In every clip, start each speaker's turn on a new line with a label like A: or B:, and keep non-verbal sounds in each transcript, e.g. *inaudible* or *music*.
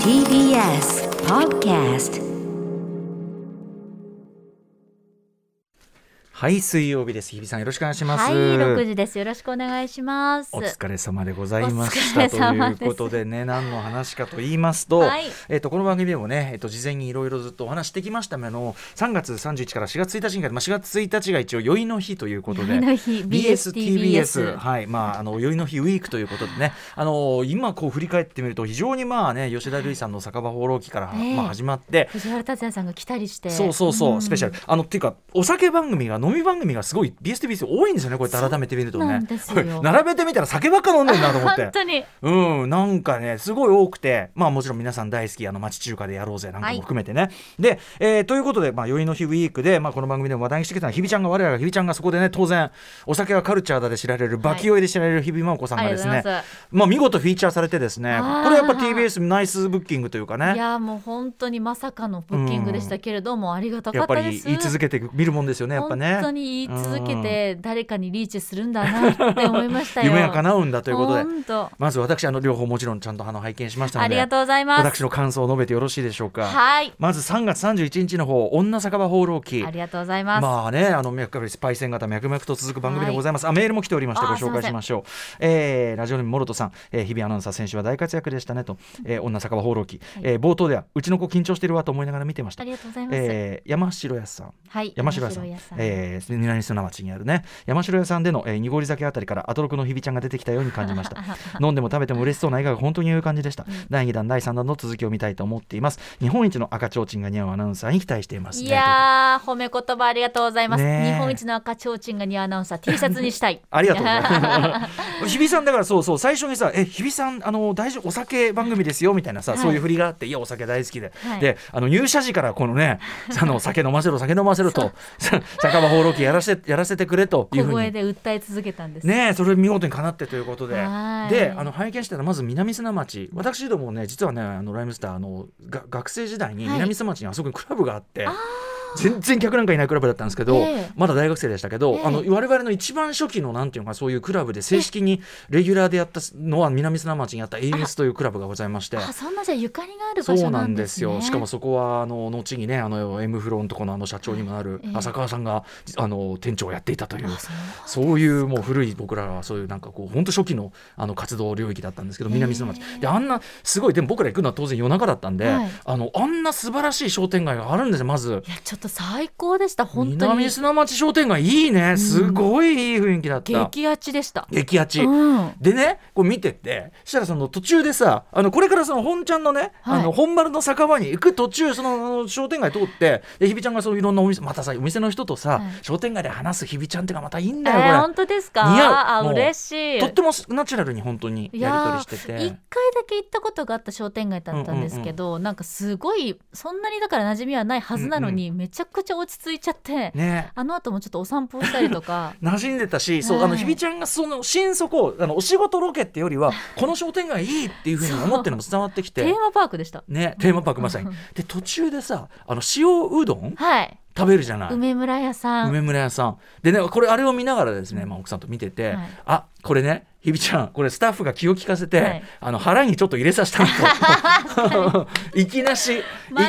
A: TBS Podcast
B: はい水曜日です日比さんよろしくお願いします、
C: はい、六時です。よろしくお願いします。
B: お疲れ様でございまし
C: お
B: た
C: 疲
B: と
C: れ様で
B: いう
C: す
B: ことでね何の話かと言いますと、
C: はい
B: えっとこの番組でもねえっと事前にいろいろずっとお話してきましたもの3月31から4月1日にかけてまあ4月1日が一応宵の日ということで
C: 宵の日
B: BSTBS はいまああの宵の日ウィークということでねあの今こう振り返ってみると非常にまあね吉田類さんの酒場放浪記から
C: ねえ
B: まあ始まって
C: 藤原竜也さんが来たりして。
B: そうそうそう、
C: ん
B: スペシャル。あのっていうかお酒番組が飲み番組がすごい BSTBS 多いんですよねこうやって改めて見ると
C: そうな
B: ね
C: んですよ
B: *laughs* これ並べてみたら酒ばっか飲んでるなと思っ
C: *laughs* 本
B: て
C: 当に。
B: うんなんかねすごい多くてまあもちろん皆さん大好きあの町中華でやろうぜなんかも含めてね、で、えーということで「まあ、宵の日ウィークで」まあ、この番組でも話題にしてきたのは日比ちゃんが我らが日比ちゃんがそこでね当然お酒はカルチャーだで知られるバキ酔いで知られる日比真央子さんがですね、
C: ありがとうございま
B: まあ見事フィーチャーされてですね
C: あー
B: これやっぱ TBS ナイスブッキングというかね
C: いやもう本当にまさかのブッキングでしたけれども、ありがたか
B: やっ
C: った
B: ぱ
C: で
B: り
C: す。
B: 言い続けて見るもんですよねやっぱね
C: 本当に言い続けて誰かにリーチするんだなって思いましたよ。
B: *laughs* 夢が叶うんだということで
C: 本当。
B: まず私あの両方もちろんちゃんとあの拝見しましたので
C: ありがとうございます
B: 私。の感想を述べてよろしいでしょうか
C: はい。
B: まず3月31日の方女酒場放浪記
C: ありがとうございます。
B: まあね、あの脈々パイセン型脈々と続く番組でございます。あ、メールも来ておりましてご
C: あ
B: 紹介しましょう。えーラジオネームモロトさん、えー日々アナウンサー選手は大活躍でしたねと、えー女酒場放浪記、えー冒頭ではうちの子緊張してるわと思いながら見てました
C: あ。りがとうございます。
B: えー山城屋さん、
C: はい。
B: 山城屋さん、えー、南砂町にあるね、山城屋さんでの、えー、濁り酒あたりから、アトロクの日比ちゃんが出てきたように感じ
C: *laughs*
B: ました。飲んでも食べても嬉しそうな笑顔が本当に良い感じでした。第2弾、第3弾の続きを見たいと思っています。日本一の赤ちょうちんが似合うアナウンサーに期待していますね。
C: いやー褒め言葉ありがとうございます、
B: ねえ
C: 日本一の赤ちょうちんが似合うアナウンサー T シャツにしたい
B: *laughs* ありがとうござ
C: *laughs*
B: います。日比さんだからそうそう最初にさえ日比さんあの大丈夫お酒番組ですよみたいなさ、
C: はい
B: そういう振りがあっていやお酒大好きで、
C: はい
B: であの入社時からこ
C: *laughs*
B: のねあの酒飲ませろ酒飲ませろとさ酒場放浪記やらせてやらせてくれとい
C: 小
B: うふう
C: 声
B: に。
C: で訴え続けたんです、
B: ねえそれ見事にかなってということで
C: はい
B: であの拝見してたらまず南砂町私どもね実はねあのライムスターあのが学生時代に
C: はい
B: 南砂町にあそこにクラブがあって、全然客なんかいないクラブだったんですけど、
C: ええ
B: まだ大学生でしたけど、
C: ええ
B: あの我々の一番初期のなんていうのかそういうクラブで正式にレギュラーでやったのは南砂町にあった AS というクラブがございまして。
C: あそんなじゃあゆかりがある
B: そ
C: 場所
B: うな
C: なん
B: ん
C: で
B: ですす
C: ね
B: よしかもそこはあの後にねあの M フロントこのあの社長にもなる
C: ええ
B: 浅川さんが、あの店長をやっていたという
C: あそう
B: そういうもう古い僕らはそういうなんかこう本当初期のあの活動領域だったんですけど南砂町、であんなすごいでも僕ら行くのは当然夜中だったんで、
C: はい
B: あのあんな素晴らしい商店街があるんですよまず
C: いやちょっと最高でした本当に
B: 南砂町商店街いいねすごいいい雰囲気だった、
C: 激アチでした
B: 激アチ、
C: うん
B: でねこう見ててそしたらその途中でさあのこれからその本ちゃんのね、
C: はい
B: あの本丸の酒場に行く途中そのあの商店街通ってで日比ちゃんがそういろんなお店またさお店の人とさ、
C: はい
B: 商店街で話す日比ちゃんってのがまたいいん
C: え
B: だよこれ。
C: ー、本当ですか
B: 似合う
C: あ
B: もう
C: 嬉しい
B: とってもナチュラルに本当に
C: い
B: やり取
C: や
B: りして
C: ー一
B: て
C: 回。だけ行ったことがあった商店街だったんですけど、なんかすごいそんなにだから馴染みはないはずなのに、めちゃくちゃ落ち着いちゃって、
B: ね
C: あの後もちょっとお散歩したりと
B: *laughs*
C: か
B: 馴染んでたし、そう
C: はい
B: あの日比ちゃんがその心底あのお仕事ロケってよりはこの商店街いいっていうふうに思ってるのも伝わってき
C: テー
B: て、
C: *laughs* マパークでした
B: ね、テーマパークまさに。で途中でさあの塩うどん
C: はい
B: 食べるじゃない。
C: 梅村屋さん
B: 梅村屋さんでねこれあれを見ながらですね、まあ、奥さんと見て
C: は
B: て、
C: い
B: あこれねひびちゃんこれスタッフが気を利かせて、
C: はい
B: あの腹にちょっと入れ *laughs* させ
C: *laughs*
B: たのといきなしい
C: 間違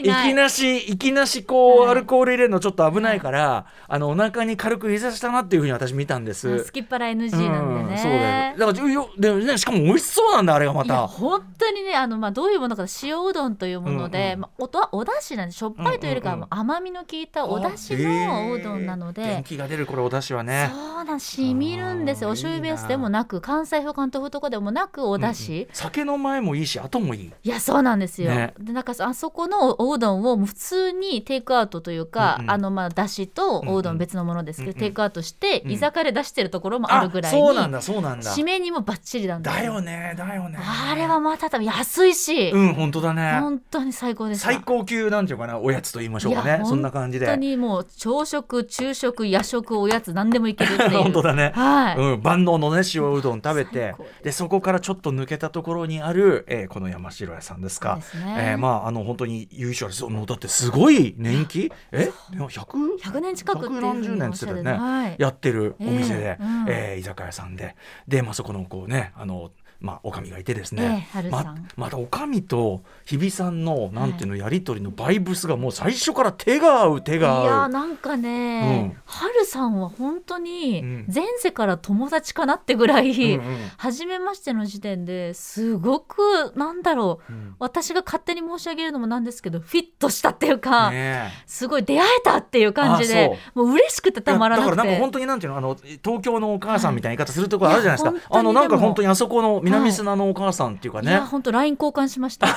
C: いない
B: きなしいきなしこう、
C: はい
B: アルコール入れるのちょっと危ないから、あのお腹に軽く入れさせたなっていうふうに私見たんです。
C: あ好きっぱら NG なんでね、
B: うんそうだよだから重要で、ね、しかも美味しそうなんだあれがま
C: いや
B: た。
C: 本当にねあの、まあ、どういうものか塩うどんというもの
B: うん
C: で、
B: うん
C: まあ、おとおだしなんでしょっぱいというよりかはもう甘みの効いたおだしのおうどんなので、
B: えー元気が出るこれお出汁はね。
C: そうなんしみるんですよ
B: あー
C: お醤油ベースでもなく関西風関東風とかでもなくおだし、
B: うんうん酒の前もいいし後もいい。
C: いやそうなんですよ、
B: ね
C: でなんかあそこのおうどんをもう普通にテイクアウトというか、
B: うんうん
C: あのまあだしとおうどん別のものですけど、
B: うんうん
C: テイクアウトして
B: うん
C: 居酒屋で出してるところもあるぐらいに、
B: そうなんだそうなんだ。
C: 締めにもバッチリなんです
B: だよねだよね
C: あれはまた多分安いし、
B: うん本当だね
C: 本当に最高でした
B: 最高級なんていうかなおやつと言いましょうか
C: い
B: ね
C: や
B: そんな感じで *laughs*
C: 本当にもう朝食昼食夜食おやつ何でもいけるっていう
B: *laughs* 本当だね
C: はい、
B: うん、万能のね塩うどん食べ
C: 最
B: て
C: 高です
B: でそこからちょっと抜けたところにある、えーこの山城屋さんですか
C: そうですね
B: えーまああの本当に優勝ですもうだってすごい年季え100
C: 100年近くっていうふうに
B: 何十年っつってたよね、
C: おっしゃるはい
B: やってるお店で、え
C: ええうん
B: ー居酒屋さんでで、まあ、そこのこうねあのまあ、おかみがいてです
C: ええ
B: ね、
C: 春さ
B: ま
C: ん
B: またおかみと日比さんのなんていうのやり取りのバイブスがもう最初から手が合う手
C: いや
B: が合
C: ー
B: う。
C: なんかね、
B: うん
C: はるさんは本当
B: う
C: に
B: ん
C: 前世から友達かなってぐらい、
B: うんうん
C: 初めましての時点ですごくなんだろう
B: うん
C: 私が勝手に申し上げるのもなんですけどフィットしたっていうか、
B: ねえ
C: すごい出会えたっていう感じで
B: あ
C: もう嬉しくてたまらなく
B: だからなんか
C: て
B: 本。当になんていうのあの東京のお母さんみたいな言い方するところあるじゃないですか、
C: はいいや
B: あの
C: 本当に
B: なん
C: でも
B: か本当にあそこの南砂のお母さんっていうか
C: い
B: ね、
C: や本当ライン交換しま
B: *laughs*
C: した。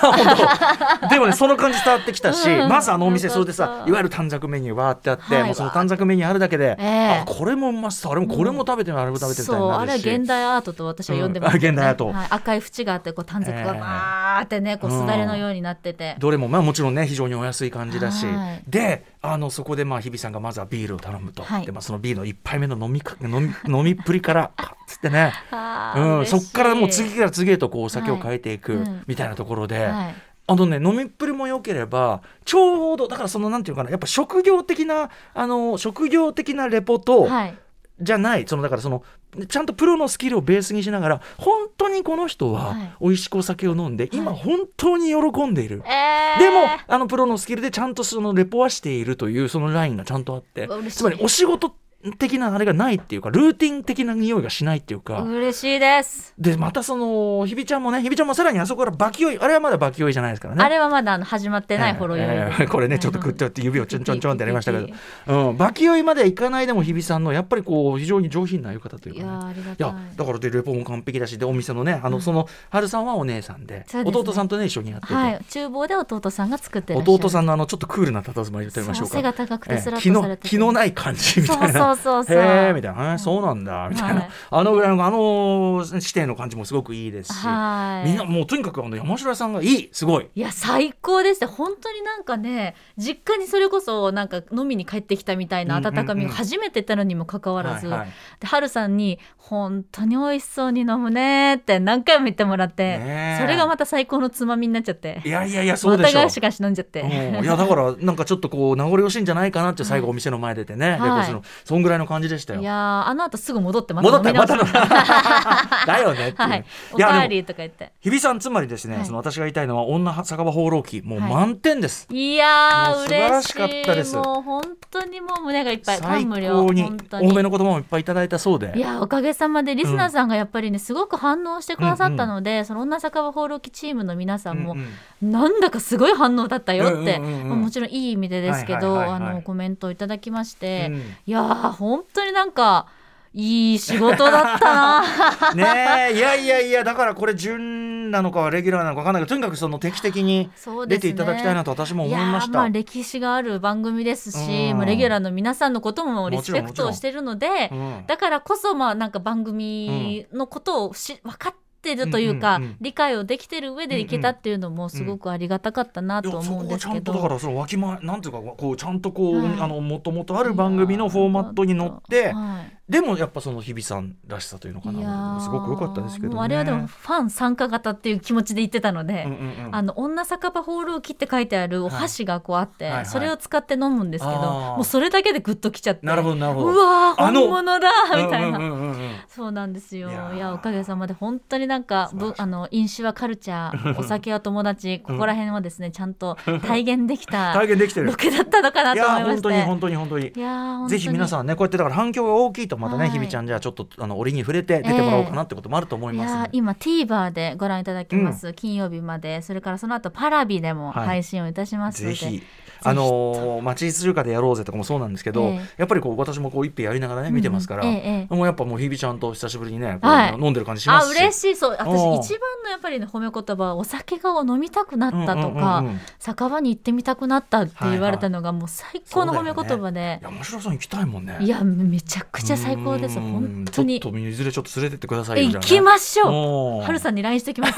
B: でもねその感じ伝わってきたし、
C: うん
B: まずあのお店
C: よか
B: それ
C: った
B: でさいわゆる短冊メニューわーってあって、
C: はい
B: もうその短冊メニューあるだけで、
C: ええ
B: あこれもうまそうあれもこれも食べてみあれも食べてみた
C: そ
B: い
C: う
B: に
C: あ
B: な
C: れ
B: る
C: は
B: し、
C: 現代アートと私は呼んでます、
B: うんあ現代アート
C: はい、赤い縁があってこう短冊がわーってね、こうすだれのようになってて、
B: どれもまあもちろんね非常にお安い感じだし、
C: はい
B: であのそこでまあ日比さんがまずはビールを頼むと、
C: はい
B: でまあそのビールの一杯目の飲みか飲み飲みっぷりから *laughs* かっつってね、
C: あー
B: うん、
C: 嬉しい
B: そっからもう次から次へとこうお酒を変えてい
C: はい
B: く
C: うん
B: みたいなところで、
C: はい
B: あのね飲みっぷりも良ければちょうどだからそのなんていうかなやっぱ職業的なあの職業的なレポと、
C: はい、
B: じゃないそのだからそのちゃんとプロのスキルをベースにしながら本当にこの人は
C: はい
B: 美味しくお酒を飲んで、今
C: はい
B: 本当に喜んでいる。
C: えー
B: でもあのプロのスキルでちゃんとそのレポはしているというそのラインがちゃんとあって
C: うわ嬉しい
B: つまりお仕事的なあれがないっていうかルーティン的な匂いがしないっていうか
C: 嬉しいです、
B: でまたそのひびちゃんもねひびちゃんもさらにあそこからバキ酔いあれはまだバキ酔いじゃないですからね。
C: あれはまだあの始まってないほろ酔いです、
B: えーえーこれねちょっとグッとやって指をちょんちょんちょんってやりましたけど、うん、バキ酔いまではいかないでも日比さんのやっぱりこう非常に上品な言い方という
C: い
B: か、ね、
C: やーありが
B: い
C: たい
B: やだからでレポも完璧だしでお店のねあの、
C: うん
B: その春さんはお姉さんで
C: そうですね
B: 弟さんとね一緒にやってて、
C: はい厨房で弟さんが作ってらっしゃる
B: 弟さんのあのちょっとクールな佇まい言ってみましょう
C: そう背
B: か。
C: が高く
B: え
C: て
B: え
C: スラッ
B: 気
C: とされ
B: の
C: てて
B: 気のない感じみた
C: そう
B: いな。
C: そうそうそう
B: へ *laughs* えみたいな、えーそうなんだみたい
C: は
B: な、
C: い
B: あのぐらいのあの指定の感じもすごくいいですし、
C: はい
B: みんなもうとにかくあの山城さんがいいすごい。
C: いや最高でした本当になんかね実家にそれこそなんか飲みに帰ってきたみたいな
B: うんうんうん
C: 温かみが初めて言ったのにもかかわらず、
B: はいはい
C: で春さんに「本当に美味しそうに飲むね」って何回も言ってもらって、
B: ねえ
C: それがまた最高のつまみになっちゃって
B: いやいやいやそう
C: ま
B: で
C: た
B: しょう
C: ガ。シガシ飲んじゃって、
B: うんいやだからなんかちょっとこう名残惜しいんじゃないかなって最後お店の前出てね、レコーズのそんぐらいの感じでした
C: *laughs*
B: よ。
C: いやーあの後すぐ戻ってまた
B: 戻
C: 飲
B: った
C: み
B: よま
C: 直
B: た
C: し
B: のだよねっていう。
C: はい、お
B: いや
C: か
B: で
C: わ
B: も
C: りとか言って
B: 日比さんつまりですね、
C: はい
B: その私が言いたいのは女酒場放浪記もう
C: はい
B: 満点です。
C: いや
B: も
C: ー
B: う素晴ら
C: 嬉
B: し
C: し
B: かったです
C: いもう本当にもう胸がいっぱい感
B: 最高
C: 無
B: に
C: 量
B: 多
C: 本当に
B: めの言葉もいっぱいいただいたそうで
C: いやおかげさまでリスナーさんがやっぱりね、すごく反応してくださったので、その女酒場放浪記チームの皆さんも、
B: うんうん
C: なんだかすごい反応だったよって、
B: うんうんうんうん
C: まあもちろんいい意味でですけど、
B: はいはいはいはい
C: あのコメントをいただきまして、
B: うん
C: いやー本当になんかいい仕事だったな
B: ねえいやいやいやだからこれ準なのかレギュラーなのか分かんないけどとにかくその定期的に
C: そうで
B: 出
C: すね
B: ていただきたいなと私も思いまし
C: やーま
B: た。
C: あ歴史がある番組ですし、
B: うん
C: まあ、レギュラーの皆さんのこともリ
B: もち
C: ス
B: ろん
C: ペクトをしてるので
B: うん
C: だからこそまあなんか番組のことをし分かってるというか、
B: うんうんうん
C: 理解をできてる上でいけたっていうのもすごくありがたかったない
B: や
C: と思うんです
B: そこはち
C: け
B: ゃんと
C: ど、
B: だからそのわきまえなんていうかこうちゃんとこう、
C: はい
B: あのもともとある番組のフォーマットに乗って
C: はい
B: でもやっぱその日比さんらしさというのかなすごく良かったですけど、ね、
C: もうあれはでもファン参加型っていう気持ちで言ってたので、
B: うんうんうん
C: あの女酒場放浪記って書いてあるお箸がこうあって、
B: はいはい
C: それを使って飲むんですけど、
B: あー
C: もうそれだけでグッときちゃって
B: なるほどなるほど
C: うわー
B: あの
C: 本物だみたいな、
B: うんうんうんうんうん
C: そうなんですよ
B: い
C: い
B: や
C: や
B: ー
C: おかげさまで本当になんかぶ
B: 素晴らしい
C: あの飲酒はカルチャーお酒は友
B: *laughs*
C: 達ここら辺はですねちゃんと体現できた
B: 体現できてる
C: ロケだったのかないと思
B: や
C: いま
B: 本
C: し
B: 当に
C: て
B: 本当に本当に
C: いやー本当に
B: ぜひ皆さんねこうやってだから反響が大きいとまたね、
C: はい
B: 日比ちゃんじゃあちょっとあの折に触れて出てもらおうかなってこともあると思い
C: い
B: ますん
C: やー
B: で、
C: 今 TVer でご覧いただけます、金曜日までそれからその後パラビでも
B: はい
C: 配信をいたしますので、
B: ぜひ。あのー、町中華でやろうぜとかもそうなんですけど、
C: ええ
B: やっぱりこう私もこう一杯やりながらね見てますから、
C: うんうんえええ
B: もうやっぱもう日比ちゃんと久しぶりにね、こう
C: はい
B: 飲んでる感じしま
C: あ
B: すし
C: 嬉しいそう私
B: おう
C: 一番のやっぱりね褒め言葉はお酒が飲みたくなったとか、
B: うんうんうんうん
C: 酒場に行ってみたくなったって言われたのがもう最高の褒め言葉で、
B: いや面白さん行きたいもんね
C: いやめちゃくちゃ最高です
B: うん
C: 本当に
B: ちょっといずれちょっと連れてってください
C: え
B: よ
C: 行きまし
B: し
C: ょう
B: ょ
C: 春さんに LINE してきます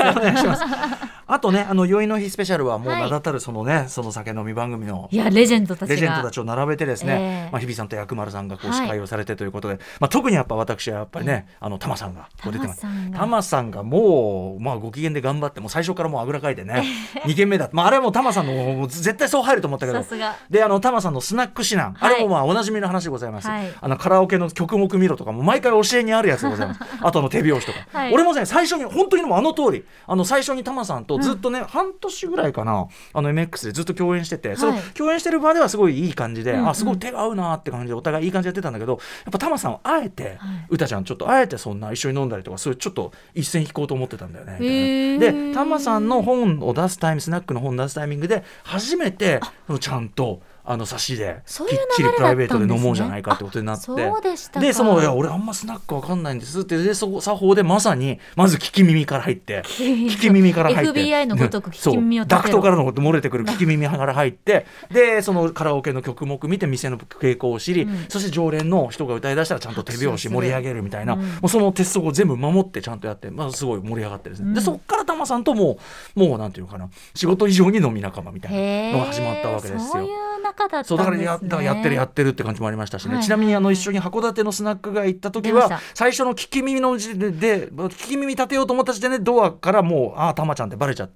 B: あとねあの酔いの日スペシャルはもう
C: はい
B: 名だたるそのね、その酒飲み番組の
C: いやレジェンドたちが
B: レジェンドたちを並べてですね、
C: ええ
B: まあ、日比さんと薬丸さんがこう
C: はい
B: 司会をされてということで、まあ、特にやっぱ私はやっぱりね、あのタマさんがこう出てます
C: タマさんが
B: タマさんがもう、まあ、ご機嫌で頑張ってもう最初からもうあぐらかいてね2軒目だ、まあ、あれはもうタマさんのもう絶対そう入ると思ったけど
C: さすが
B: であのタマさんのスナック指南、
C: はい
B: あれもまあおなじみの話でございます、
C: はい
B: あのカラオケの曲目見ろとかもう毎回教えにあるやつで
C: *laughs*
B: ございますあとあの手拍子とか、
C: はい
B: 俺もね最初に本当にもうあの通りあの最初にタマさんとずっとね、半年ぐらいかなあの MX でずっと共演してて、その
C: はい
B: 共演してる場ではすごいいい感じで、
C: うんうん
B: あすごい手が合うなって感じでお互いいい感じでやってたんだけどやっぱタマさんはあえて、
C: は
B: うたちゃんちょっとあえてそんな一緒に飲んだりとかそういうちょっと一線引こうと思ってたんだよねみたいな
C: へー
B: でタマさんの本を出すタイミングスナックの本を出すタイミングで初めてそのちゃんとあの差しで
C: そうい
B: き
C: う
B: っち
C: 流
B: り
C: れ
B: プ
C: だ
B: ラ
C: った
B: イ
C: んですね
B: ベートで飲もうじゃないかってことになって
C: あそうでしたか
B: でその「いや俺あんまスナックわかんないんです」ってでそこ作法でまさにまず聞き耳から入って
C: 耳
B: 聞き耳から入って
C: FBI のごとく聞き耳を
B: そ
C: 立
B: う
C: てろ
B: ダクトからの漏れてくる聞き耳から入ってでそのカラオケの曲目見て店の傾向を知り、
C: うん
B: そして常連の人が歌いだしたらちゃんと手拍子盛り上げるみたいな、
C: うん
B: もうその鉄則を全部守ってちゃんとやって、まあ、すごい盛り上がってですね、
C: うん
B: でそっからタマさんともうもうなんていうのかな仕事以上に飲み仲間みたい
C: へ
B: な
C: ー
B: のが始まったわけですよ。
C: そういう中だったんですね
B: そうだからやだからやってるやってるって感じもありましたしね、
C: はい
B: ちなみにあの一緒に函館のスナック街行った時
C: 出ま
B: は
C: し
B: 最初の聞き耳の時点で聞き耳立てようと思った時点でドアからもうああたまちゃんってバレちゃって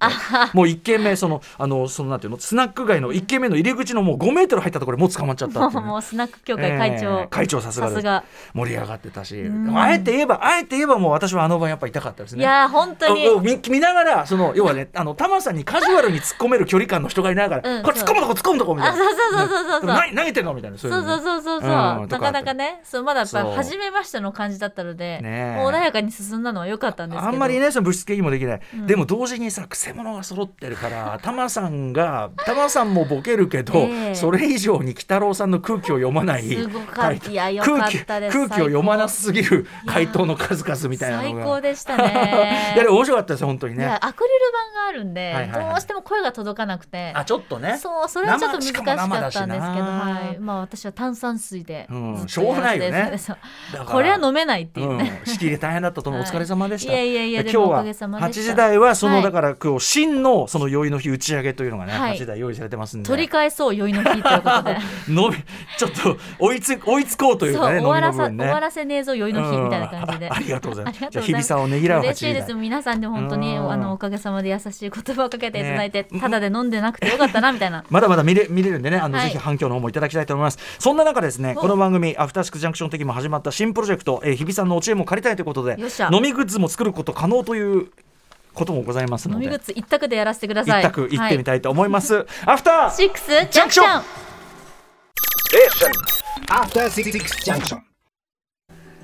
B: もう一軒目そのあのそのなんていうのスナック街の一軒目の入り口のもう5メートル入ったところでもう捕まっちゃったっていうね、
C: もうスナック協会会長、
B: えー会長さすが
C: さ
B: です
C: が
B: 盛り上がってたし
C: うん
B: あえて言えばあえて言えばもう私はあの晩やっぱ痛かったです
C: い
B: ね。
C: やー本当に
B: あもう見見ながらその要はねあのタマさんにカジュアルに突っ込める距離感の人がいながら、
C: うん
B: これ突っ込むとこ突っ込むとこみたい
C: あ
B: な
C: そうそうそうそうそうそう
B: な投げてんのみたいな
C: そ
B: そ
C: う
B: いうのね
C: そうそうそうそう、
B: うん
C: なか
B: とかあった
C: なかねそうまだやっぱ
B: そう
C: 初めましての感じだったので、
B: ねえ
C: もう穏やかに進んだのは良かったんですけど
B: あんまりねその物質的にもできない、
C: うん
B: でも同時にさくせ者が揃って
C: *laughs*
B: るからタマさんがタマさんもボケるけど、
C: ええ
B: それ以上に鬼太郎さんの空気を読まない
C: すごかったいや良か
B: 空
C: っ
B: 気
C: たで
B: 空
C: す
B: 気を読まな
C: 最
B: すぎる回答の数々みたいなの
C: 最
B: が
C: 高でしたね
B: *laughs* いやでも面白かったです本当に
C: い
B: ね
C: やアクリル板があるんで、
B: はいはいはい
C: どうしても声が届かなくて
B: あちょっとね
C: そうそれはちょっと難しかったんですけど、
B: 生しかも生だしな
C: はい、まあ私は炭酸水で
B: うん
C: ずっとやらせて
B: しょうがないよね
C: そう
B: だか
C: *laughs*
B: ら
C: これは飲めないっていうね、
B: うん、仕切り大変だったと思う、
C: はい
B: お疲れ様でした
C: いやいやいや
B: で
C: でも
B: 今
C: お
B: 日は
C: かげさま
B: 8
C: でした
B: 時台はその、
C: はい
B: だから今日真のその宵の日打ち上げというのがね、
C: はい
B: 8時台用意されてますんで
C: 取り返そう酔いの日ということ
B: *laughs*
C: で
B: のびちょっと追いつ追いつこうという
C: そう
B: かね
C: 終わら
B: 飲みの
C: さ、
B: 分
C: 終わ
B: ね。
C: らせねえぞ酔いの日みたいな感じで、
B: うんあありがとうございま
C: *laughs*
B: す
C: ありがとうござ
B: じゃあ日比さんをねぎらう
C: 嬉しいで
B: 八時
C: す皆さんでも本当に
B: うん
C: あのおかげさまで優しい言葉をかけていただいて、
B: ね
C: ただで飲んでなくてよかったなみた
B: *laughs*
C: いな
B: まだまだ見れ見れるんでねあの、
C: はい
B: ぜひ反響の方もいただきたいと思いますそんな中ですね
C: お
B: この番組「アフターシックスジャンクション」的にも始まった新プロジェクト、えー日比さんのお知恵も借りたいということで
C: よっしゃ
B: 飲みグッズも作ること可能ということもございます
C: 飲
B: の
C: み
B: で
C: 靴一択でやらせてください
B: 一択行ってみ
C: は
B: たいと思います、アフター
C: い、シックスジャンクシ
B: ジャ
C: ョ
B: ンク
C: ン
D: After Six Junction.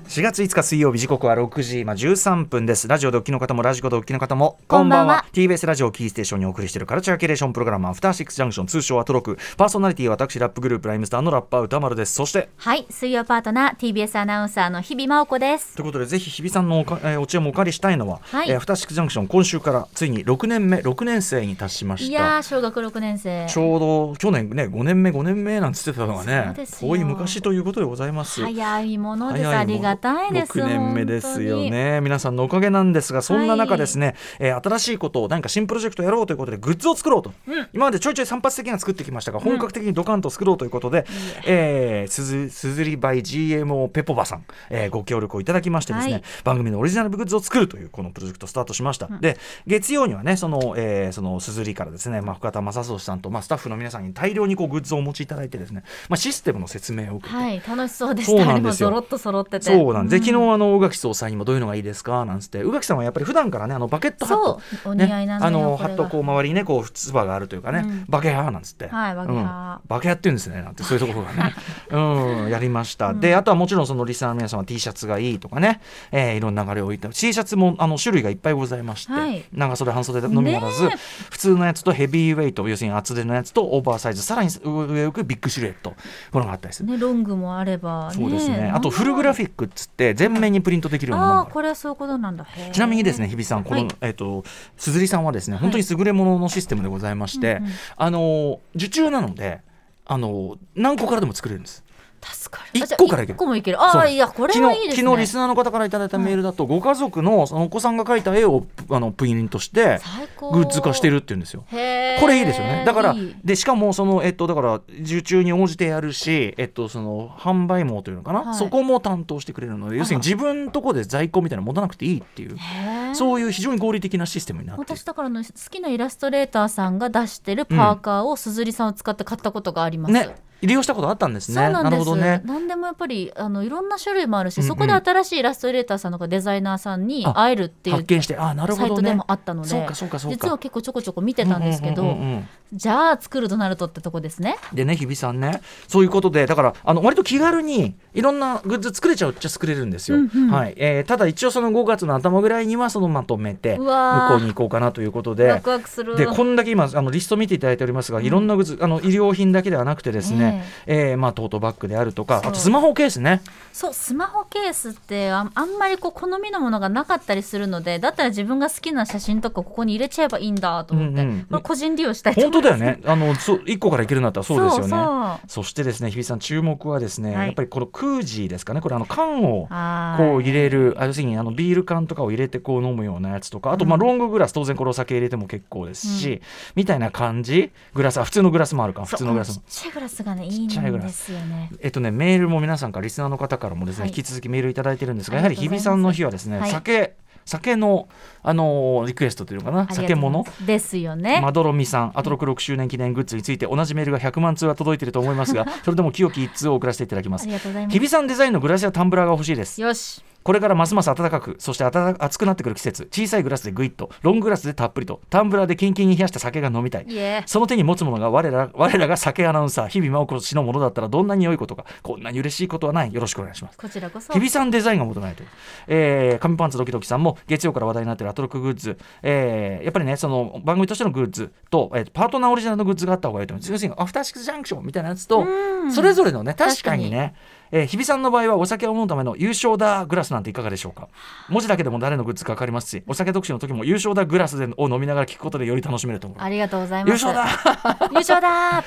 B: 4月5日水曜日時刻は6時、まあ、13分ですラジオでお聞きの方もラジコでお聞きの方も
C: こんばんは
B: TBS ラジオをキーステーションにお送りしているカルチャーキュレーションプログラムアフターシックスジャンクション通称アトロクパーソナリティは私ラップグループライムスターのラッパー歌丸ですそして
C: はい水曜パートナー TBS アナウンサーの日々真央子です
B: ということでぜひ日比さんのおか、えーお知恵もお借りしたいのは、
C: はい
B: えーアフターシックスジャンクション今週からついに6年目6年生に達しま
C: い
B: し
C: や
B: た
C: ー小学6年生
B: ちょうど去年ね5年目5年目なんつってたの
C: そ
B: が
C: う
B: ね
C: ですよ
B: 遠い昔ということでございます
C: 早いものです
B: 早
C: あ
B: いもの
C: りがたいです
B: 6年目ですよね皆さんのおかげなんですがそんな中ですね、えー新しいことをなんか新プロジェクトやろうということでグッズを作ろうと、
C: うん
B: 今までちょいちょい散発的には作ってきましたが本格的にドカンと作ろうということで、えーすずすずりバイ GMO ペポバさん、えーご協力をいただきましてですね、
C: はい
B: 番組のオリジナルグッズを作るというこのプロジェクトスタートしました、で月曜にはねその,、えーそのすずりからですね、まあ、深田正俊さんと、まあ、スタッフの皆さんに大量にこうグッズをお持ちいただいてですね、まあ、システムの説明を受けて、
C: はい楽しそうでし
B: そう
C: た
B: な
C: ね
B: ん
C: も
B: で
C: う
B: すよ
C: ぞろっと揃ってて
B: そうなんで、
C: ん
B: 昨日あの宇垣総裁にもどういうのがいいですかなんつって宇垣さんはやっぱり普段からねあのバケットハット
C: そうお似合いなんだよ
B: ね、あの
C: こ
B: ハ
C: れが
B: ットこう周りにねこうつばがあるというかね、
C: うん
B: バケハーなんつって、
C: はいバケハー
B: うん、バケハーって言うんですねなんてそういうところ
C: *laughs*
B: がねうんやりました、であとはもちろんそのリスナーの皆さんは T シャツがいいとかね、えーいろんな流れを置いた T シャツもあの種類がいっぱいございまして、
C: はい
B: 長袖半袖のみならず、
C: ねえ
B: 普通のやつとヘビーウェイト要するに厚手のやつとオーバーサイズさらに上を行くビッグシルエットこのがあったりする
C: ねロングもあれば
B: そうですね。あとフルグラフィックっつって全面にプリントできるようなもの
C: ああ
B: が
C: ー
B: ある
C: これはそういうことなんだへー
B: ちなみにですね日比さんこの、
C: はい
B: えっ、と鈴木さんはですね本当に優れもののシステムでございまして、
C: うんうん
B: あのー受注なのであのー何個からでも作れるんです。
C: 助かる
B: 一個からいけ
C: あ
B: る
C: じゃあ一個もいけるあ
B: そ
C: あ
B: う
C: いやこれはいいですね
B: 昨日昨日リスナーの方からいただいたメールだと、ご家族のそのお子さんが描いた絵をあのプリントして
C: 最高
B: グッズ化してるって言うんですよ。
C: へー
B: これいいですよね。だから
C: いい
B: でしかもそのえっとだから受注に応じてやるし、えっとその販売網というのかな、
C: はい
B: そこも担当してくれるので、要するに自分のとこで在庫みたいなの持たなくていいっていう。
C: へー
B: そういう非常に合理的なシステムになっている
C: 私だからあの好きなイラストレーターさんが出してるパーカーをすずりさんを使って買ったことがあります、
B: ね、利用したことあったんです
C: そ
B: ね。
C: うなん
B: る
C: で
B: ほ
C: す、
B: どね。
C: 何でもやっぱりあのいろんな種類もあるし、
B: うんうん
C: そこで新しいイラストレーターさんとかデザイナーさんに
B: あ
C: 会えるっていう
B: 発見して、あ、なる
C: サ
B: ほ
C: イ
B: ど
C: トで
B: ね
C: も。あったので
B: そうかそうかそうか。
C: 実は結構ちょこちょこ見てたんですけど、
B: うんうんうんうん
C: じゃあ作るとなるとってとこですね。
B: でね日比さんねそういうことでだからあの割と気軽にいろんなグッズ作れちゃうっちゃ作れるんですよ、
C: うんうん
B: はいえーただ一応その5月の頭ぐらいにはそのまとめて
C: う
B: 向
C: わー
B: こうに行こうかなということ
C: ワ
B: で。
C: クワクする。
B: でこんだけ今あのリスト見ていただいておりますが、いろんなグッズあの医療品だけではなくてですね、えーまあ、トートバッグであるとか
C: そう
B: あとスマホケースね
C: そうスマホケースってああんまりこう好みのものがなかったりするのでだったら自分が好きな写真とかここに入れちゃえばいいんだと思って、
B: うんうん
C: これ個人利用したいと思
B: 本
C: い
B: 当
C: ます
B: だよねあのそう1個からいけるんだったらそうですよね
C: そうそう
B: そしてですね日比さん注目はですね、
C: はい
B: やっぱりこのクージーですかねこれあの缶を
C: あー
B: こう入れる、あ要するにあのビール缶とかを入れてこう飲むようなやつとか、あとまあロンググラス、当然これお酒入れても結構ですし、みたいな感じ、グラス、あ普通のグラスもあるか、普
C: そう
B: 通のグラス
C: ちっ
B: も。
C: ちゃいグラスがねい
B: ち
C: い
B: っ
C: ん
B: ちゃいグラス
C: ですよね
B: えっとね、メールも皆さんからリスナーの方からもですね、
C: はい
B: 引き続きメールいただいてるんですが
C: あ
B: や
C: りが
B: はり
C: とうござい
B: 日
C: ます
B: 比さんの日はですね、
C: はい
B: 酒酒の、あのーリクエストというのかな
C: ありがとうご
B: 酒
C: ざい
B: 物
C: ますですよね、
B: まどろみさん、アトロク6周年記念グッズについて同じメールが100万通は届いてると思いますが
C: *laughs*
B: それでも清き一通を送らせていただきま
C: あ
B: す
C: りがとうございま
B: 日比
C: す
B: さんデザインのグラスやタンブラーが欲しいです
C: よし
B: これからますます暖かくそして暖か暑くなってくる季節小さいグラスでグイッとロンググラスでたっぷりとタンブラーでキンキンに冷やした酒が飲みたい
C: いえ
B: その手に持つものが我ら *laughs* 我らが酒アナウンサー日々真央子氏のものだったらどんなに良いことかこんなに嬉しいことはないよろしくお願いします
C: こちらこそ
B: 日比さんデザインが求められている、えー、紙パンツドキドキさんも月曜から話題になっているアトロックグッズ、えー、やっぱりねその番組としてのグッズと、えーパートナーオリジナルのグッズがあった方がいいと思います要するにアフターシックスジャンクションみたいなやつとそれぞれのね確かにねえー日比さんの場合はお酒を飲むための優勝だグラスなんていかがでしょうか文字だけでも誰のグッズか分かりますしお酒特集の時も優勝だグラスでを飲みながら聞くことでより楽しめると思う
C: ありがとうござい
B: 優
C: ます
B: 勝だ
C: 優勝
B: *laughs*
C: だ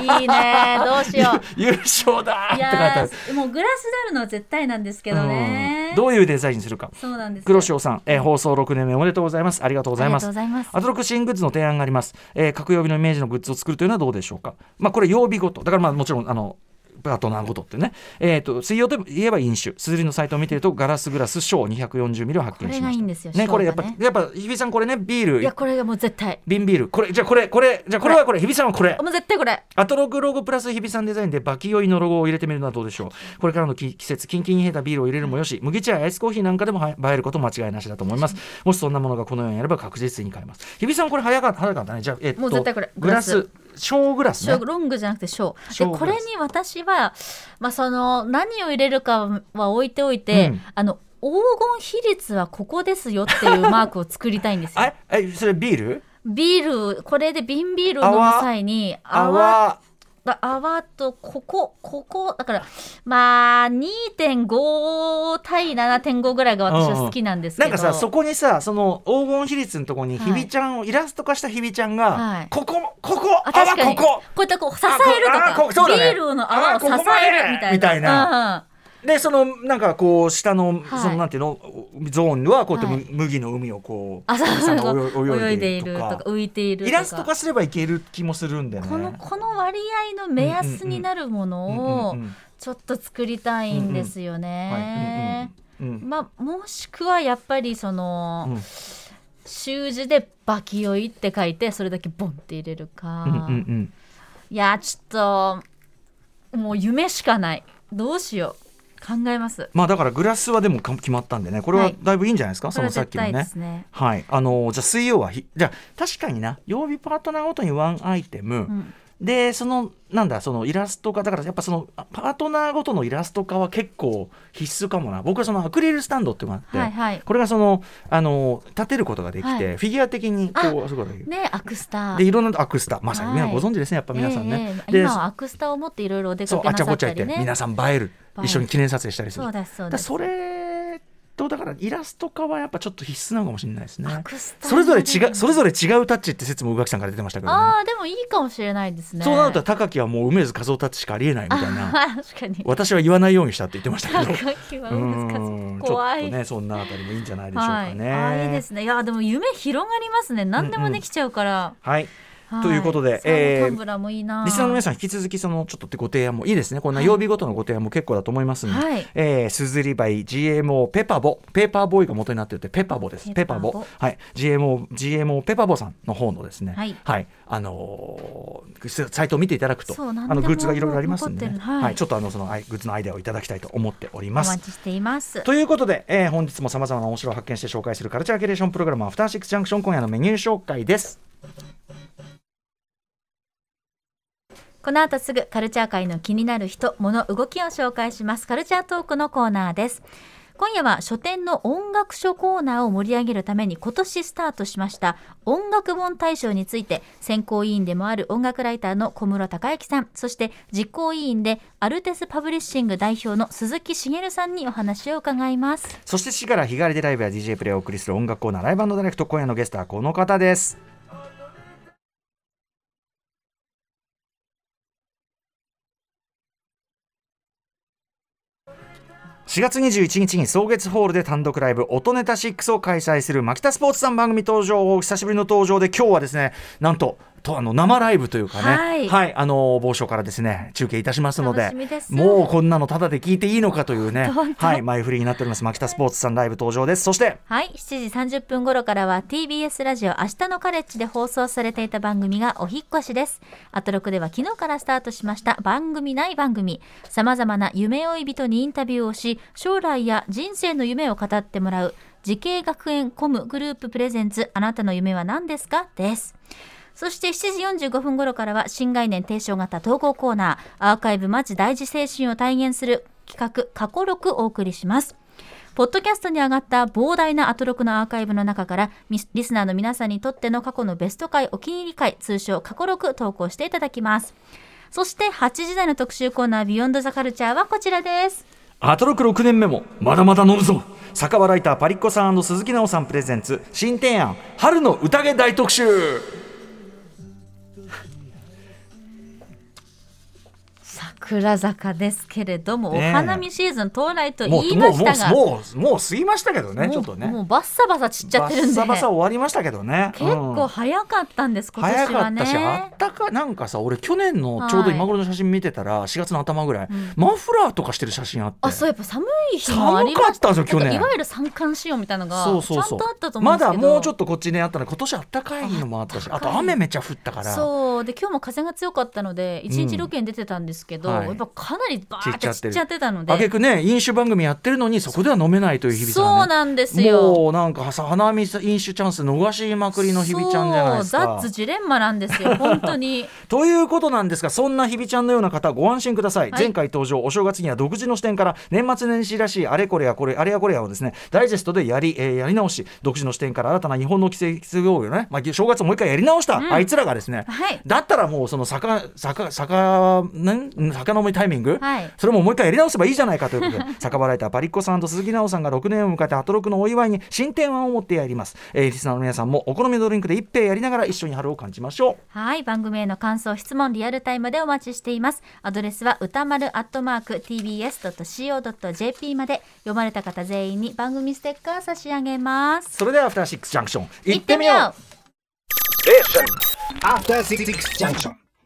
C: ーいいねどうしよう
B: 優勝だっ
C: い
B: て書いてあ
C: や
B: る
C: ーもうグラスであるのは絶対なんですけど
B: う
C: ね
B: ん。どういうデザインにするか
C: そうなんですよ。
B: 黒潮さん、えー放送6年目おめでとうございますありがとうございます
C: ありがとうございます
B: アトロク新グッズの提案があります、えー、各曜日のイメージのグッズを作るというのはどうでしょうかまあこれ曜日ごとだからまあもちろんあのパートナーごとってね、えー、と水曜といえば飲酒すずりのサイトを見てるとガラスグラス小240ミリを発見し
C: これが
B: ました
C: いいんですよ
B: ねこれやっ
C: 小
B: ぱ
C: がね
B: やっぱ日比さんこれねビー
C: いや
B: ル
C: これがもう絶対。
B: 瓶ビールこれじゃあこれこれじゃあこれはこれ日比さんはこれ
C: あもう絶対これ。
B: アトログロゴプラス日比さんデザインでバキ酔いのロゴを入れてみるのはどうでしょうこれからのき季節キンキンに冷えたビールを入れるもよし麦茶やアイスコーヒーなんかでもは映えること間違いなしだと思いますもしそんなものがこのようにあれば確実に買えます日比さんこれ早かった早かったねじゃあ、えっと、
C: もう絶対これ
B: グラス
C: グ
B: 小グラス
C: ショ
B: ね
C: ーロングじゃなくてショー
B: ショー
C: で
B: グ
C: こ
B: ラ
C: れ
B: ス
C: に私はまあその何を入れるかは置いておいて、
B: うん
C: あの黄金比率はここですよっていうマークを作りたいんですよ。
B: *laughs* あえそれビール
C: ビールこれで瓶ビールを飲む際に泡
B: 泡
C: だ泡とここここだからまあ2.5対7.5ぐらいが私は好きなんですけ
B: な
C: ど、
B: んかさそこにさその黄金比率のとこに日比ちゃんを、イラスト化した日比ちゃんが、
C: はい
B: ここここ
C: あ
B: 泡
C: 確か
B: こ
C: に
B: こ
C: うやってこう支えると
B: あこあこ
C: か
B: そうだね
C: ビールの泡を支えるみたいな
B: あここまでみたいなでそのなんかこう下
C: は
B: の、
C: い
B: そのなんていうのゾーンはこうやってむ、
C: はい
B: 麦の海をこう
C: うん、あそう
B: さんが
C: そう
B: 泳
C: 泳
B: い
C: い
B: で
C: で
B: い
C: い
B: る
C: る
B: と
C: と
B: か
C: か浮いているとか
B: イラスト化すればいける気もするんだよね。
C: このこの割合の目安になるもの
B: う
C: を
B: んうんうん
C: ちょっと作りたいんですよね。
B: うんうんうん
C: まあもしくはやっぱりその、
B: うん
C: 習字で「バキ酔い」って書いてそれだけボンって入れるか、
B: うんうんうん
C: いやちょっともう夢しかないどうしよう考えます
B: まあだからグラスはでもか決まったんでねこれ
C: は
B: はいだいぶいいんじゃないですか、
C: こ
B: そ
C: れは
B: のさっ
C: 絶
B: きの
C: 対で
B: ね。
C: すね
B: はいあのーじゃあ水曜はひじゃあ確かにな曜日パートナーごとにワンアイテム、
C: ん
B: でそのなんだそのイラスト化だからやっぱそのあパートナーごとのイラスト化は結構必須かもな僕はそのアクリルスタンドっていうのがあって、
C: はいはい
B: これがそのあのー立てることができて、
C: はい
B: フィギュア的にこうすることができる。
C: ねアクスタ
B: でいろんなアクスタまさにね、
C: はい
B: ご存知ですねやっぱ皆さんね、
C: ええええ
B: で
C: 今はアクスタを持っていろいろお出
B: そ
C: か
B: う
C: け
B: あっ
C: な
B: ちゃ
C: さ
B: こっ
C: っ
B: ちゃ
C: た
B: 言って、
C: りね
B: 皆さん映える
C: 映える
B: 一緒に記念撮影したりする
C: そうですそうで
B: だから
C: す
B: それとだからイラスト化はやっぱちょっと必須なのかもしれないです
C: ア
B: ね
C: クスタ
B: それぞれ違うそ
C: れ
B: れぞれ違うタッチって説も宇垣さんから出てましたけどね
C: ああでもいいかもしれないですね
B: そうなると高木はもう梅津和夫タッチしかありえないみたいな
C: あー *laughs* 確かに
B: 私は言わないようにしたって言ってましたけど
C: 高木は
B: う
C: 難し
B: ん
C: い
B: ちょ
C: 怖
B: っ
C: い
B: とねそんなあたりもいいんじゃないでしょう
C: は
B: か
C: い、
B: ね
C: あーいいですねいやでも夢広がりますね何でもできちゃうから、
B: は
C: は
B: い
C: い
B: ということで
C: サーモン
B: えー
C: タンブラーもいいな。
B: リスナーの皆さん引き続きそのちょっとってご提案もいいですねこんな曜日ごとのご提案も結構だと思いますので、
C: はい
B: えー、スズリバイ GMO ペパボペーパーボーイが元になっていてペパボですペ
C: ペ
B: パ
C: パ
B: ボ
C: ボ
B: はい GMO, GMO ペパボさんの方のですね
C: はい
B: あのーサイトを見ていただくと
C: そう
B: あ
C: 何
B: の
C: でも
B: グッズがいろいろありますんで、ね
C: 残ってるはい
B: ちょっとあのそのあいグッズのアイデアをいただきたいと思っており
C: お
B: ます
C: 待ちしています。
B: ということで、えー本日もさまざまな面白を発見して紹介するカルチャーキュレーションプログラム「アフターシックスジャンクション」今夜のメニュー紹介です。
C: この後すぐカルチャー界の気になる人、物、動きを紹介します。カルチャートークのコーナーです。今夜は書店の音楽書コーナーを盛り上げるために今年スタートしました音楽本大賞について選考委員でもある音楽ライターの小室孝之さんそして実行委員でアルテスパブリッシング代表の鈴木茂さんにお話を伺います
B: そして4時から日帰りでライブや DJ プレイをお送りする音楽コーナーライブダイレクト今夜のゲストはこの方です。4月21日に草月ホールで単独ライブ音ネタ6を開催する牧田スポーツさん番組登場久しぶりの登場で今日はですねなんととあの生ライブというかね
C: はい
B: あの某所からですね中継いたしますので
C: 楽しみです
B: もうこんなのタダで聞いていいのかというね
C: 本当
B: はい前振りになっております牧田スポーツさんライブ登場ですそして
C: はい7時30分頃からは TBS ラジオ明日のカレッジで放送されていた番組がお引っ越しですアトロクでは昨日からスタートしました番組ない番組さまざまな夢追い人にインタビューをし将来や人生の夢を語ってもらう時系学園コムグループプレゼンツあなたの夢は何ですかですそして7時45分頃からは新概念提唱型統合コーナーアーカイブマジ大事精神を体現する企画過去6をお送りしますポッドキャストに上がった膨大なアトロクのアーカイブの中からミスリスナーの皆さんにとっての過去のベスト回お気に入り回通称過去6投稿していただきますそして8時台の特集コーナービヨンドザカルチャーはこちらです
B: アトロク6年目もまだまだ飲むぞ酒場ライターパリッコさん鈴木奈緒さんプレゼンツ新提案春の宴大特集
C: 桜坂ですけれども、
B: ねえ
C: お花見シーズン到来と
B: も
C: 言
B: う
C: い
B: もう
C: まし
B: も
C: たが
B: うもうもう過ぎましたけどねちょっとね
C: もうバッサバサ散っちゃってるんで
B: バッサバサ終わりましたけどね
C: 結構
B: うん
C: 早かったんです今
B: 早
C: 年
B: か
C: は
B: っ
C: ね
B: たし、あったかなんかさ俺去年のちょうど今頃の写真見てたら4月の頭ぐらい、マフラーとかしてる写真あって
C: あそうやっぱ寒い日もありました
B: 寒かったんですよ去年
C: なんかいわゆる三寒四温みたいなのがちゃ
B: そ
C: ん
B: うそうそう
C: とあったと思うん
B: ま
C: です
B: だ
C: けど
B: もうちょっとこっちねあったの今年あったかいのもあったしあと雨めちゃ降ったから
C: そうで今日も風が強かったので一
B: うん
C: 日ロケに出てたんですけど、
B: はい
C: やっぱかなりバーって
B: 散っちゃって
C: 散
B: る
C: っちゃってたので、
B: 挙句ね飲酒番組やってるのにそこでは飲めないという日
C: そう
B: 々さんね
C: なんですよ。
B: もうなんかさ花見飲酒チャンス逃しまくりの日々ちゃんじゃないです
C: そうザッ
B: か
C: ツ。ジレンマなんです
B: *laughs*
C: よ本当に
B: ということなんですがそんな日々ちゃんのような方ご安心ください、
C: はい
B: 前回登場お正月には独自の視点から年末年始らしいあれこれやこれあれやこれやをですねダイジェストでやり、えーやり直し独自の視点から新たな日本の規制をね、まあ、正月をもう一回やり直した、あいつらがですね、
C: はい
B: だったらもうその坂坂坂なん坂飲みタイミング、
C: はい
B: それももう一回やり直せばいいじゃないかということ
C: *laughs*
B: で酒場ライターパリッコさんと鈴木奈緒さんが6年を迎えてアトロクのお祝いに新提案を持ってやります、えーリスナーの皆さんもお好みのドリンクで一杯やりながら一緒に春を感じましょう
C: はい番組への感想質問リアルタイムでお待ちしていますアドレスは歌丸アットマーク tbs.co.jp まで読まれた方全員に番組ステッカー差し上げます
B: それではアフターシックスジャンクション
C: 行ってみよう
D: After Six Junction.